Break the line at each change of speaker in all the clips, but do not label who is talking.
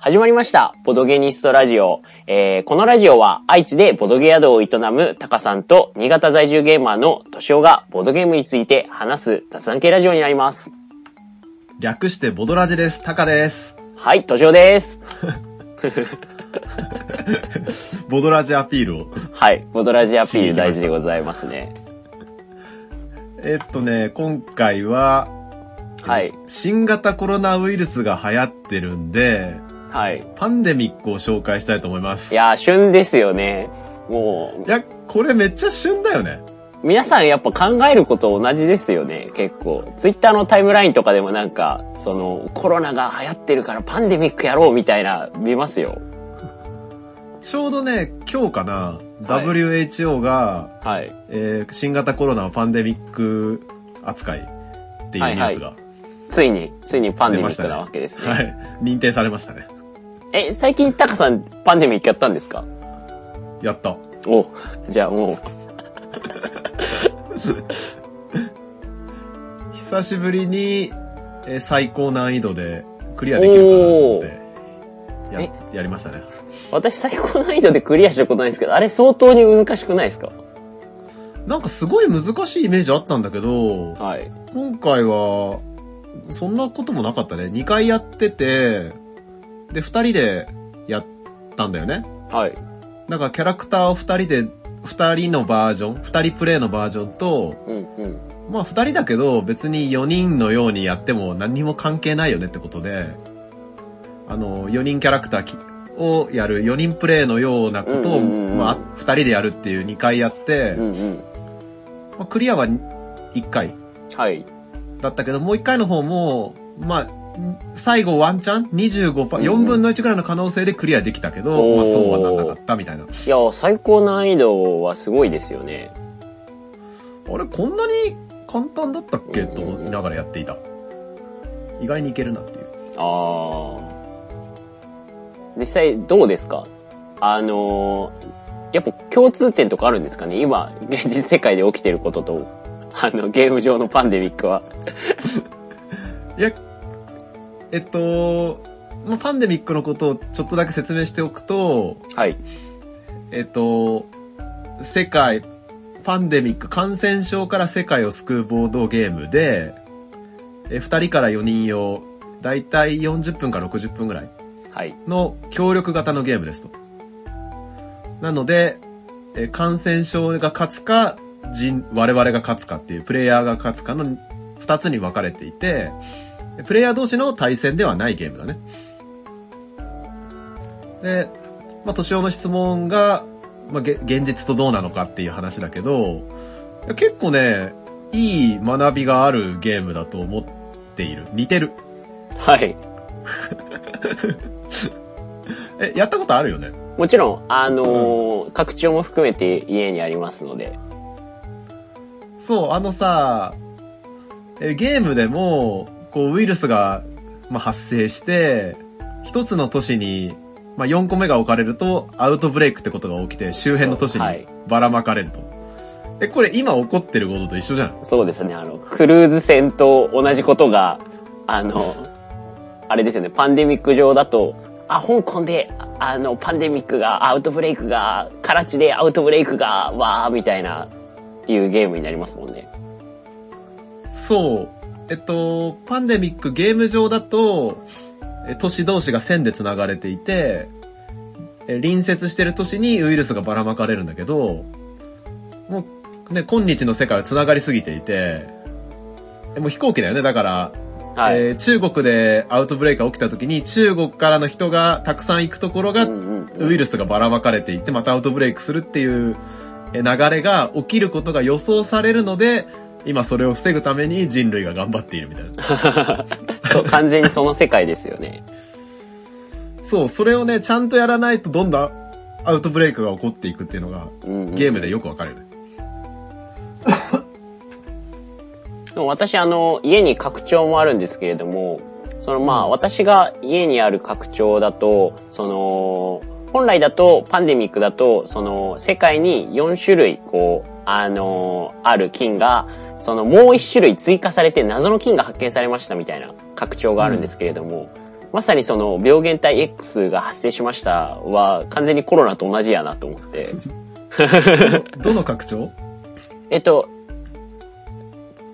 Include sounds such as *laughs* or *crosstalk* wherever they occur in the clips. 始まりました。ボドゲニストラジオ。えーこのラジオは愛知でボドゲ宿を営むタカさんと新潟在住ゲーマーのトシオがボドゲームについて話す雑談系ラジオになります。
略してボドラジです。タカです。
はい、トシオです。
ボドラジアピールを。
はい、ボドラジアピール大事でございますね。
えっとね、今回は、
はい、
新型コロナウイルスが流行ってるんで、
はい。
パンデミックを紹介したいと思います。
いやー、旬ですよね。も
いや、これめっちゃ旬だよね。
う、皆さんやっぱ考えること同じですよね、結構。ツイッターのタイムラインとかでもなんか、その、コロナが流行ってるからパンデミックやろうみたいな、見ますよ。
ちょうどね、今日かな、
はい
WHO が、
はい。
えー新型コロナをパンデミック扱いっていうニュースが、
ついに、ついにパンデミックなわけですね。
はい、認定されましたね。
え、最近タカさんパンデミックやったんですか
やった。
お、じゃあも
久しぶりに、えー最高難易度でクリアできるかなと思って、や、やりましたね。
う、私最高難易度でクリアしたことないんですけど、あれ相当に難しくないですか
なんかすごい難しいイメージあったんだけど、
はい。
今回は、そんなこともなかったね。2回やってて、で、2人でやったんだよね。
はい。
なんかキャラクターを2人で、2人のバージョン、2人プレイのバージョンと、
うんうん。
まあ2人だけど別に4人のようにやっても何にも関係ないよねってことで、あの、4人キャラクターきをやる、4人プレイのようなことを、
うんうんうん
まあ2人でやるっていう2回やって
う、んうん。
まあクリアは1回
はい。
だったけど、もう1回の方も、まあ、最後ワンチャン ?25%、4分の1ぐらいの可能性でクリアできたけど、
おー
まあそうはなんなかったみたいな。
いや、最高難易度はすごいですよね。
あれ、こんなに簡単だったっけと思いながらやっていた。意外にいけるなっていう。
あー。実際どうですかあのー、やっぱ共通点とかあるんですかね今、現実世界で起きてることと、あの、ゲーム上のパンデミックは。
いや、えっと、まあ、パンデミックのことをちょっとだけ説明しておくと、
はい。
えっと、世界、パンデミック、感染症から世界を救うボードゲームで、え、2人から4人用、だいたい40分から60分ぐらい
はい。
の協力型のゲームですと。なので、え、感染症が勝つか、人、我々が勝つかっていう、プレイヤーが勝つかの2つに分かれていて、プレイヤー同士の対戦ではないゲームだね。で、まあ、年の質問が、まあ、げ現実とどうなのかっていう話だけど、いや結構ね、いい学びがあるゲームだと思っている。似てる。
はい。
え、やったことあるよね
もちろん、あのー拡張も含めて家にありますので。
そう、あのさ、えゲームでも、こう、ウイルスが、まあ、発生して、一つの都市に、まあ、4個目が置かれると、アウトブレイクってことが起きて、周辺の都市
は
に
い
ばらまかれると。え、これ今起こってることと一緒じゃない
そうですね、あの、クルーズ船と同じことが、あの、 *laughs* あれですよね、パンデミック上だと、あ、香港で、ああの、パンデミックが、アウトブレイクが、カラチでアウトブレイクが、わー、みたいな、いうゲームになりますもんね。
そう。えっと、パンデミックゲーム上だと、え都市同士が線で繋がれていて、え隣接してる都市にウイルスがばらまかれるんだけど、もう、ね、今日の世界は繋がりすぎていて、えもう飛行機だよね。だから、
はい。
えー中国でアウトブレイクが起きた時に中国からの人がたくさん行くところが
うんうんうん
ウイルスがばらまかれていって、またアウトブレイクするっていうえ流れが起きることが予想されるので、今それを防ぐために人類が頑張っているみたいな。
そう完全にその世界ですよね。
そう、それをね、ちゃんとやらないとどんどんアウトブレイクが起こっていくっていうのが、
うんうん
ゲームでよくわかるよね。
でも私、あの、家に拡張もあるんですけれども、そのまあ、私が家にある拡張だと、その、本来だと、パンデミックだと、その、世界に4種類、こう、あのある菌が、その、もう1種類追加されて、謎の菌が発見されましたみたいな拡張があるんですけれども、まさにその病原体 X が発生しましたは完全にコロナと同じやなと思って。
ど *laughs* の拡張
えっと、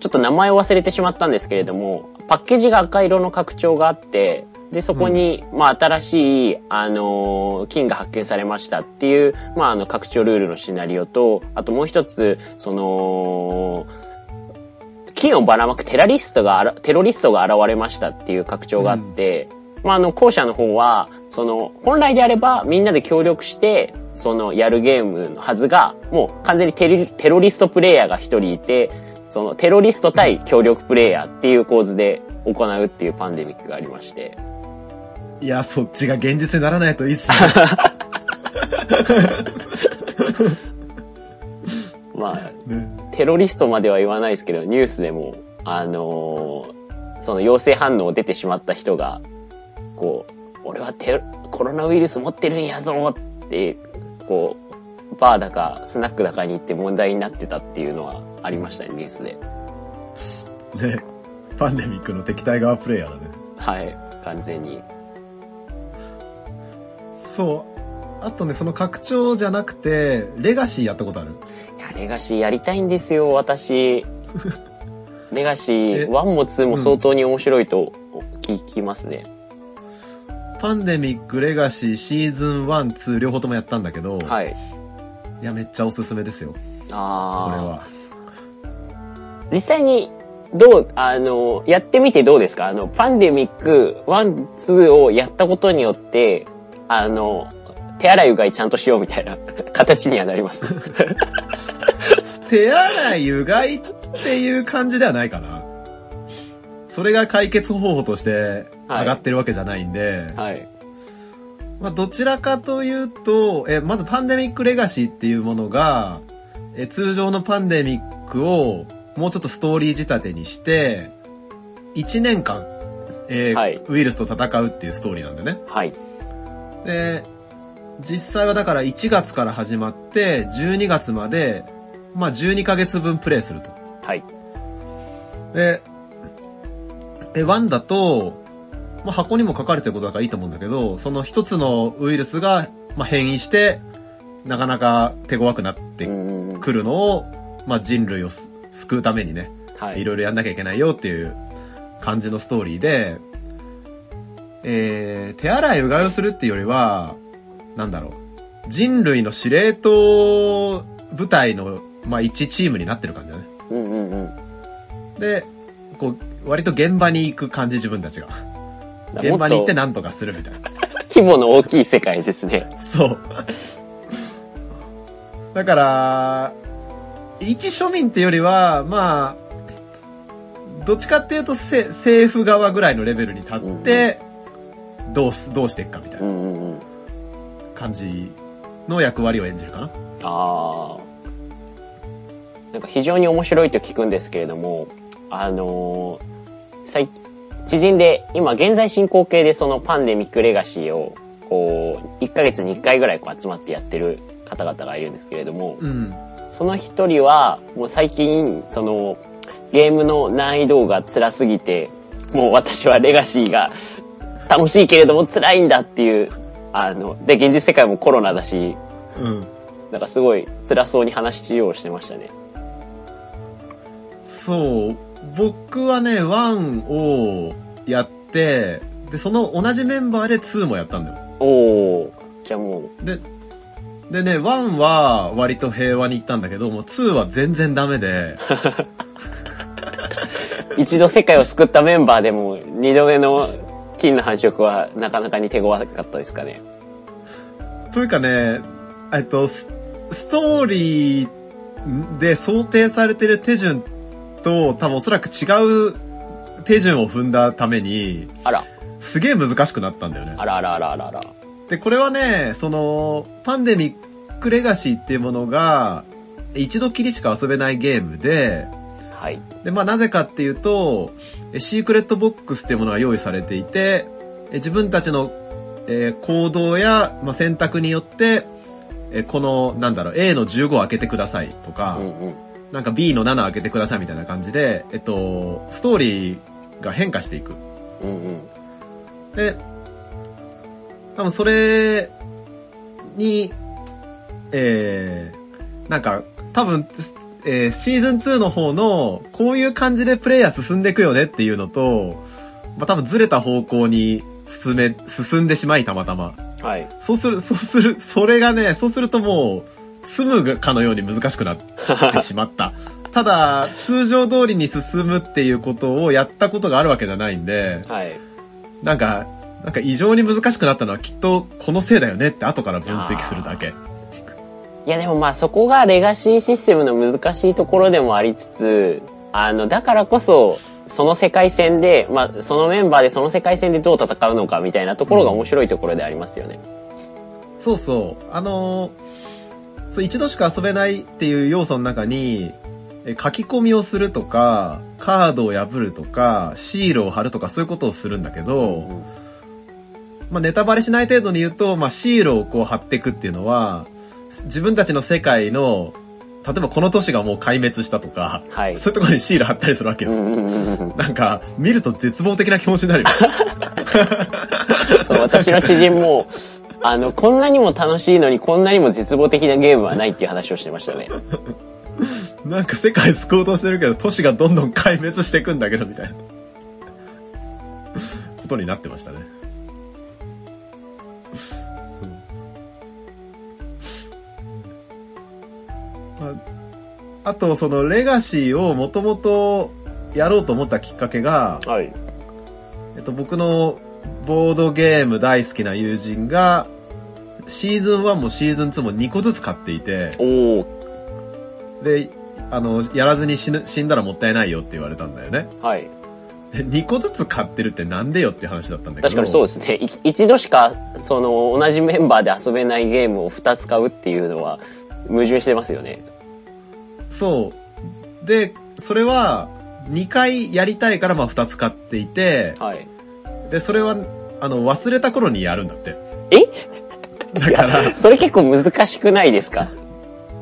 ちょっと名前を忘れてしまったんですけれども、パッケージが赤色の拡張があって、で、そこに、まあ、新しい、あのー菌が発見されましたっていう、まあ、あの、拡張ルールのシナリオと、あともう一つ、その、金をばらまくテラリストがあら、テロリストが現れましたっていう拡張があって、まあ、あの、後者の方は、その、本来であればみんなで協力して、その、やるゲームのはずが、もう完全にテリテロリストプレイヤーが一人いて、その、テロリスト対協力プレイヤーっていう構図で行うっていうパンデミックがありまして。
いや、そっちが現実にならないといいっすね。
まあ、
ね
テロリストまでは言わないですけど、ニュースでも、あのーその陽性反応出てしまった人が、こう、俺はテロコロナウイルス持ってるんやぞって、こう、バーだか、スナックだかに行って問題になってたっていうのはありましたね、ニュースで。
ね。パンデミックの敵対側プレイヤーだね。
はい、完全に。
そう。あとね、その拡張じゃなくて、レガシーやったことある
いや、レガシーやりたいんですよ、
*laughs*
私。レガシ
え
ー、1も2も相当に面白いと聞きますね。
パンデミック、レガシー、シーズン1、2両方ともやったんだけど、い、
はい。
や、めっちゃおすすめですよ。
あ
こ
ー
れは。
実際に、どう、あの、やってみてどうですかあの、パンデミック1、2をやったことによって、あの、手洗いうがいちゃんとしようみたいな *laughs* 形にはなり
*laughs*
ます。
手洗い、うがいっていう感じではないかな。それが解決方法として上がってるわけじゃないんで、
はい。
まあ、どちらかというと、え、まずパンデミックレガシーっていうものが、え、通常のパンデミックをもうちょっとストーリー仕立てにして、1年間、えー
はい
ウイルスと戦うっていうストーリーなんだよね。
はい。
で、実際はだから1月から始まって、12月まで、まあ、12ヶ月分プレイすると。
はい。
で、え、ワンだと、まあ、箱にも書かれてることだからいいと思うんだけど、その一つのウイルスが、まあ、変異して、なかなか手強くなって
うんうん
くるのを、まあ、人類をす救うためにね、
はい
い。ろいろやんなきゃいけないよっていう感じのストーリーで、えー、手洗いうがいをするっていうよりは、なんだろう、人類の司令塔部隊の、まあ、一チームになってる感じだね。
うんうんうん。
で、こう、割と現場に行く感じ自分たちが。現場に行って何とかするみたいな。
規模の大きい世界ですね。
そう。だから、一庶民ってよりは、まあ、どっちかっていうとせ政府側ぐらいのレベルに立って、どうす、どうしていくかみたいうなん
うんうん。
感じの役割を演じるかな。
ああ。なんか非常に面白いと聞くんですけれども、あのー最、知人で、今現在進行形でそのパンデミックレガシーを、こう、1ヶ月に1回ぐらいこう集まってやってる方々がいるんですけれども、
うん。
その一人は、もう最近、その、ゲームの難易度が辛すぎて、もう私はレガシーが *laughs* 楽しいけれども辛いんだっていう、あの、で、現実世界もコロナだし、
うん。
なんかすごい辛そうに話をしてましたね。
そう。僕はね、1をやって、で、その同じメンバーで2もやったんだよ。
おー。じゃあもう、
で、でね、1は割と平和に行ったんだけど、もう2は全然ダメで、
一度世界を救ったメンバーでも、二度目の金の繁殖はなかなかに手強かったですかね。
というかね、えっと、スストーリーで想定されてる手順と多分おそらく違う手順を踏んだために、
あら、
すげえ難しくなったんだよね。
あらあらあらあらあら。
で、これはね、その、パンデミックレガシーっていうものが、一度きりしか遊べないゲームで、
はい。
で、まあなぜかっていうと、えシークレットボックスっていうものが用意されていて、え自分たちの、えー行動や、まあ、選択によって、えこの、なんだろう、A の15を開けてくださいと
う
か、
んうん。
なんか B の7を開けてくださいみたいな感じで、えっと、ストーリーが変化していく。
うんうん。
で、多分それに、えー、なんか、多分、えーシーズン2の方の、こういう感じでプレイヤー進んでいくよねっていうのと、まあ、多分ずれた方向に進め、進んでしまい、たまたま。
はい。
そうする、そうする、それがね、そうするともう、積むかのように難しくなってしまった。ただ、通常通りに進むっていうことをやったことがあるわけじゃないんで、
はい。
なんか、なんか異常に難しくなったのはきっとこのせいだよねって後から分析するだけ。
いやでもまあそこがレガシーシステムの難しいところでもありつつ、あの、だからこそ、その世界線で、まあそのメンバーでその世界線でどう戦うのかみたいなところが面白いところでありますよね。
そうそう。あのーそう、一度しか遊べないっていう要素の中に、え書き込みをするとか、カードを破るとか、シールを貼るとかそういうことをするんだけど、まあ、ネタバレしない程度に言うと、まあ、シールをこう貼っていくっていうのは、自分たちの世界の、例えばこの都市がもう壊滅したとか、
はい。
そういうところにシール貼ったりするわけ
う
よ。
んうんうんうん
なんか、見ると絶望的な気持ちになるよ。
そう私の知人も、あの、こんなにも楽しいのにこんなにも絶望的なゲームはないっていう話をしてましたね。
なんか世界救おうとしてるけど、都市がどんどん壊滅していくんだけど、みたいな。ことになってましたね。うんまああと、その、レガシーをもともとやろうと思ったきっかけが、
はい。
えっと、僕のボードゲーム大好きな友人が、シーズン1もシーズン2も2個ずつ買っていて、
おー、
で、あの、やらずに死ぬ、死んだらもったいないよって言われたんだよね。
はい。
で2個ずつ買ってるってなんでよって話だったんだけど。
確かにそうですね。い一度しか、その、同じメンバーで遊べないゲームを2つ買うっていうのは、矛盾してますよね。
そう。で、それは、2回やりたいからまあ2つ買っていて、
はい。
で、それは、あの、忘れた頃にやるんだって。
え *laughs*
だから、
それ結構難しくないですか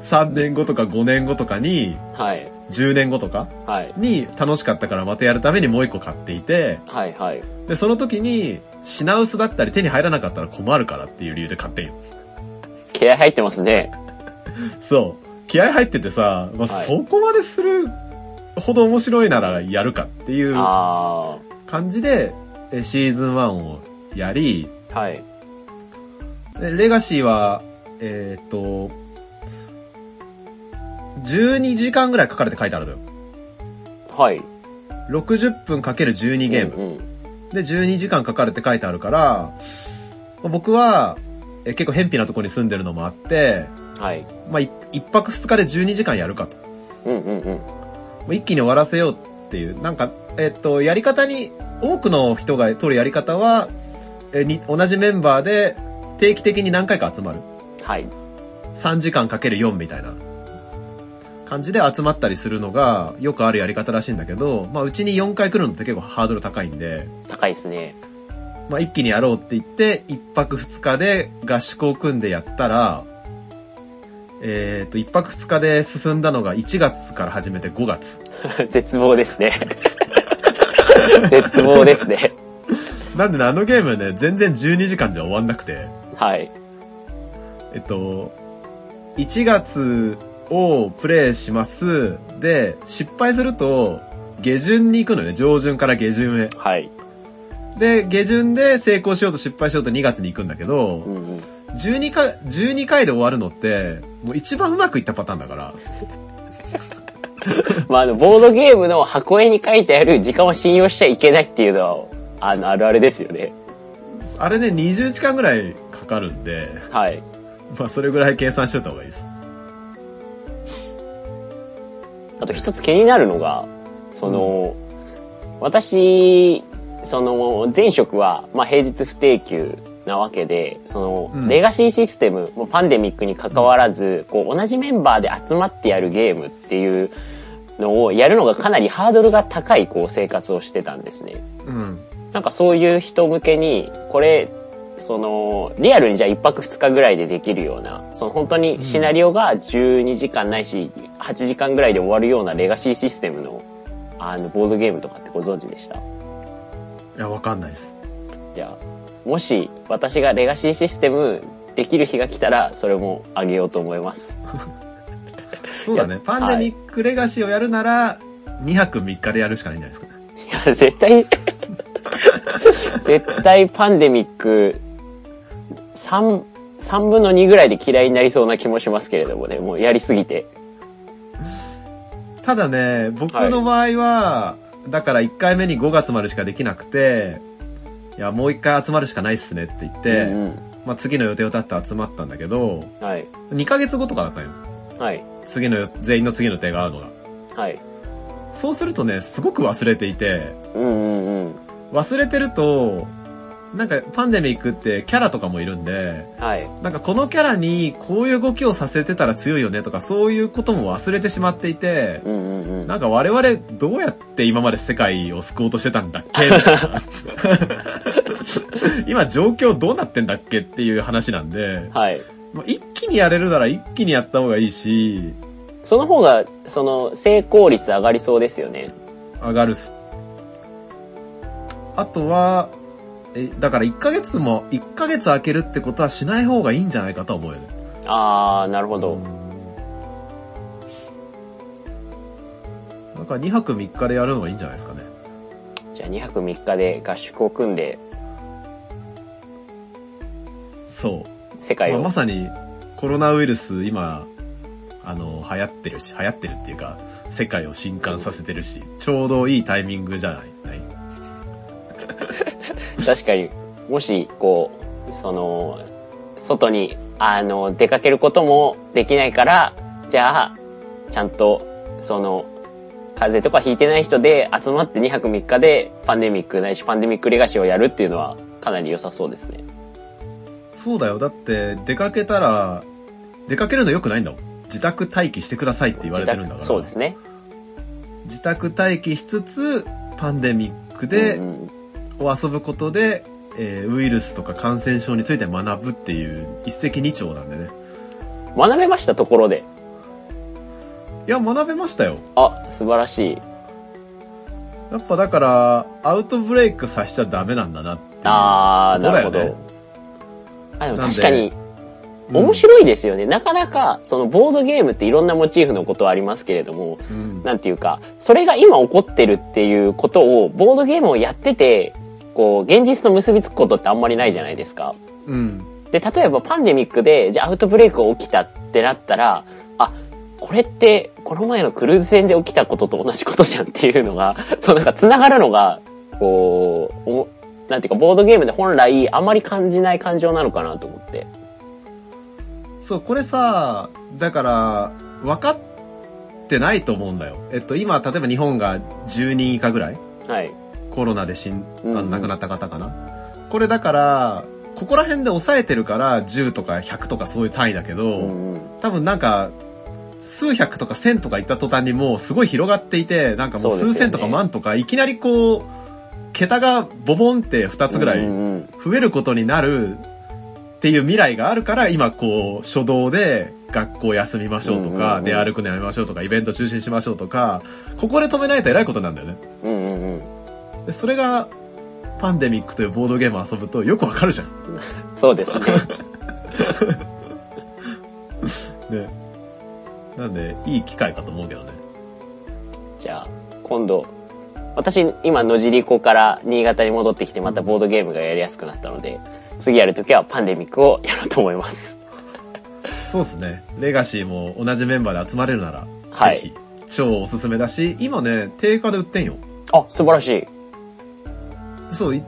3年後とか5年後とかに、
はい。
10年後とか
はい。
に楽しかったからまたやるためにもう1個買っていて、
はい、はい。
で、その時に、品薄だったり手に入らなかったら困るからっていう理由で買ってんよ。
気合入ってますね。
そう。気合入っててさ、まあ、
はい
そこまでするほど面白いならやるかっていう
あ
感じで、えシーズン1をやり、
ー。はい。
でレガシーは、えーっと、12時間ぐらいかかるって書いてあるのよ。
はい。
60分かける12ゲーム。
うんうん。
で、12時間かかるって書いてあるから、まあ僕は、え結構偏僻なところに住んでるのもあって、
はい。
まあ、い一泊二日で12時間やるかと。
うんうんうん。
もう一気に終わらせようっていう、なんか、えっと、やり方に、多くの人が取るやり方は、えに同じメンバーで定期的に何回か集まる。
はい。
3時間かける4みたいな感じで集まったりするのがよくあるやり方らしいんだけど、まあうちに4回来るのって結構ハードル高いんで、
高いですね。
まあ一気にやろうって言って、一泊二日で合宿を組んでやったら、えっ、と、一泊二日で進んだのが1月から始めて5月。
*laughs* 絶望ですね。絶望ですね。
なんでね、あのゲームね、全然12時間じゃ終わんなくて、
はい。
えっと、1月をプレイします。で、失敗すると、下旬に行くのね。上旬から下旬へ。
はい。
で、下旬で成功しようと失敗しようと2月に行くんだけ
う
ど、
んうん。
12回、12回で終わるのって、もう一番うまくいったパターンだから。
まあ、あの、ボードゲームの箱絵に書いてある時間を信用しちゃいけないっていうのは、あの、あるあるですよね。
あれね、20時間ぐらいかかるんで、
はい。
まあそれぐらい計算しといた方がいいです。
あと一つ気になるのが、その、私、その、前職は、まあ、平日不定休なわけで、その、
うん
レガシーシステム、もうパンデミックに関わらず、こう、同じメンバーで集まってやるゲームっていうのをやるのがかなりハードルが高い、こう、生活をしてたんですね。
うん。
なんかそういう人向けに、これ、その、リアルにじゃあ1泊2日ぐらいでできるような、その本当にシナリオが12時間ないし、8時間ぐらいで終わるようなレガシーシステムの、あの、ボードゲームとかってご存知でした
いや、わかんないです。
じゃあ、もし私がレガシーシステムできる日が来たら、それもあげようと思います。
そうだね。パンデミックレガシーをやるなら、2泊3日でやるしかないんじゃないですか。
いや、絶対、絶対パンデミック、3、3分の2ぐらいで嫌いになりそうな気もしますけれどもね、もうやりすぎて。
ただね、僕の場合は、だから1回目に5月までしかできなくて、いや、もう1回集まるしかないっすねって言って、
うん
まあ次の予定を立って集まったんだけど、
うん、はい、
2ヶ月後とかだったんよ。
はい、
次の、全員の次の予定があるのが。
はい。
そうするとね、すごく忘れていて、
うんうんうん。
忘れてると、なんかパンデミックってキャラとかもいるんで、
はい。
なんかこのキャラにこういう動きをさせてたら強いよねとかそういうことも忘れてしまっていて、
うんうんうん。
なんか我々どうやって今まで世界を救おうとしてたんだっけみたいな *laughs* 今状況どうなってんだっけっていう話なんで、
はい。
まあ一気にやれるなら一気にやった方がいいし、
その方が、その、成功率上がりそうですよね。
上がるっす。あとは、え、だから1ヶ月も、1ヶ月空けるってことはしない方がいいんじゃないかとは思うよね。
あー、なるほど。
なんか2泊3日でやるのがいいんじゃないですかね。
じゃあ2泊3日で合宿を組んで、
そう。
世界
まあ
を。
まさにコロナウイルス今、あの、流行ってるし、流行ってるっていうか、世界を震撼させてるし、ちょうどいいタイミングじゃないない
確かに、もし、こう、その、外に、あの、出かけることもできないから、じゃあ、ちゃんと、その、風邪とかひいてない人で集まって2泊3日でパンデミックないしパンデミックレガシーをやるっていうのはかなり良さそうですね。
そうだよ。だって、出かけたら、出かけるの良くないんだもん。自宅待機してくださいって言われてるんだから。
そうですね。
自宅待機しつつ、パンデミックで、
うんうん
を遊ぶことで、えーウイルスとか感染症について学ぶっていう一石二鳥なんでね。
学べましたところで。
いや、学べましたよ。
あ、素晴らしい。
やっぱだから、アウトブレイクさせちゃダメなんだなっていう。
あー、
そう
な
だ
る
よ
ほ
ね
ど。あ、でも
なんで
確かに、
うん
面白いですよね。なかなか、そのボードゲームっていろんなモチーフのことはありますけれども、
うん
なんていうか、それが今起こってるっていうことを、ボードゲームをやってて、こう、現実と結びつくことってあんまりないじゃないですか。
うん。
で、例えばパンデミックで、じゃあアウトブレイクが起きたってなったら、あ、これって、この前のクルーズ船で起きたことと同じことじゃんっていうのが、 *laughs* そうなんか繋がるのが、こう、おもなんていうか、ボードゲームで本来あまり感じない感情なのかなと思って。
そう、これさ、だから、分かってないと思うんだよ。えっと、今、例えば日本が10人以下ぐらい
はい。
コロナで死ん、あ
うんう
の
ん
亡くなった方かな、これだから、ここら辺で抑えてるから、10とか100とかそういう単位だけど、
うんうん
多分なんか、数百とか千とか行った途端にもうすごい広がっていて、なんかもう
そうですよね
数千とか万とか、いきなりこう、桁がボボンって二つぐらい
うんうん
増えることになるっていう未来があるから、今こう、初動で学校休みましょうと
うんうんう
か、
ん
出歩くのやめましょうとか、イベント中止にしましょうとか、ここで止めないと偉いことなんだよね。
うんうんうん。
でそれが、パンデミックというボードゲームを遊ぶとよくわかるじゃん。
そうですね。
ね。なんで、いい機会かと思うけどね。
じゃあ、今度、私、今、野尻湖から新潟に戻ってきて、またボードゲームがやりやすくなったので、次やるときはパンデミックをやろうと思います。
そうですね。レガシーも同じメンバーで集まれるなら、
はい
ぜひ、超おすすめだし、今ね、定価で売ってんよ。
あ、素晴らしい。
そう、い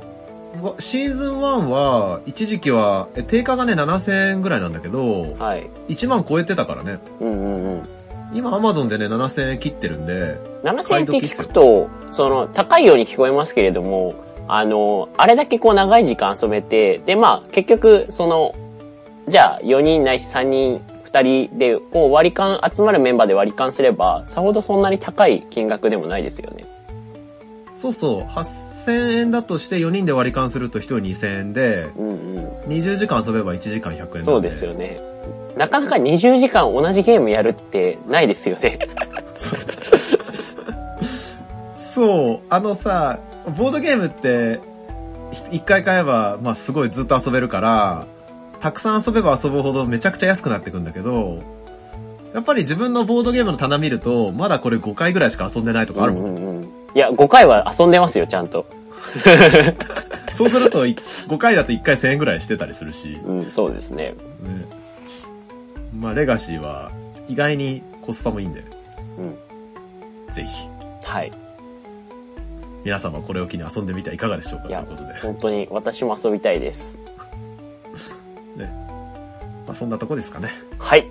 わシーズン1は、一時期は、え定価がね、7000円ぐらいなんだけど、
はい。
1万超えてたからね。
うんうんうん。
今、アマゾンでね、7000円切ってるんで、
7000って聞くと、その、高いように聞こえますけれども、あの、あれだけこう長い時間遊べて、で、まあ、結局、その、じゃあ、4人ないし3人、2人で、こう割り勘、集まるメンバーで割り勘すれば、さほどそんなに高い金額でもないですよね。
そうそう、8000円だとして4人で割り勘すると1人2000円で、
うんうん。
20時間遊べば1時間100円なんで。
そうですよね。なかなか20時間同じゲームやるってないですよね。
そう。そう、あのさ、ボードゲームって、ひ一回買えば、まあすごいずっと遊べるから、たくさん遊べば遊ぶほどめちゃくちゃ安くなってくんだけど、やっぱり自分のボードゲームの棚見ると、まだこれ5回ぐらいしか遊んでないとかあるもん。
うんうんうんいや、5回は遊んでますよ、ちゃんと。
そうすると、い5回だと1回1000円ぐらいしてたりするし、
うん、そうですね。
ね。まあレガシーは意外にコスパもいいんで、
うん。
ぜひ、
はい。
皆様これを機に遊んでみてはいかがでしょうかと
い
い
や
うことで。
本当に私も遊びたいです。
まあそんなとこですかね。
はい。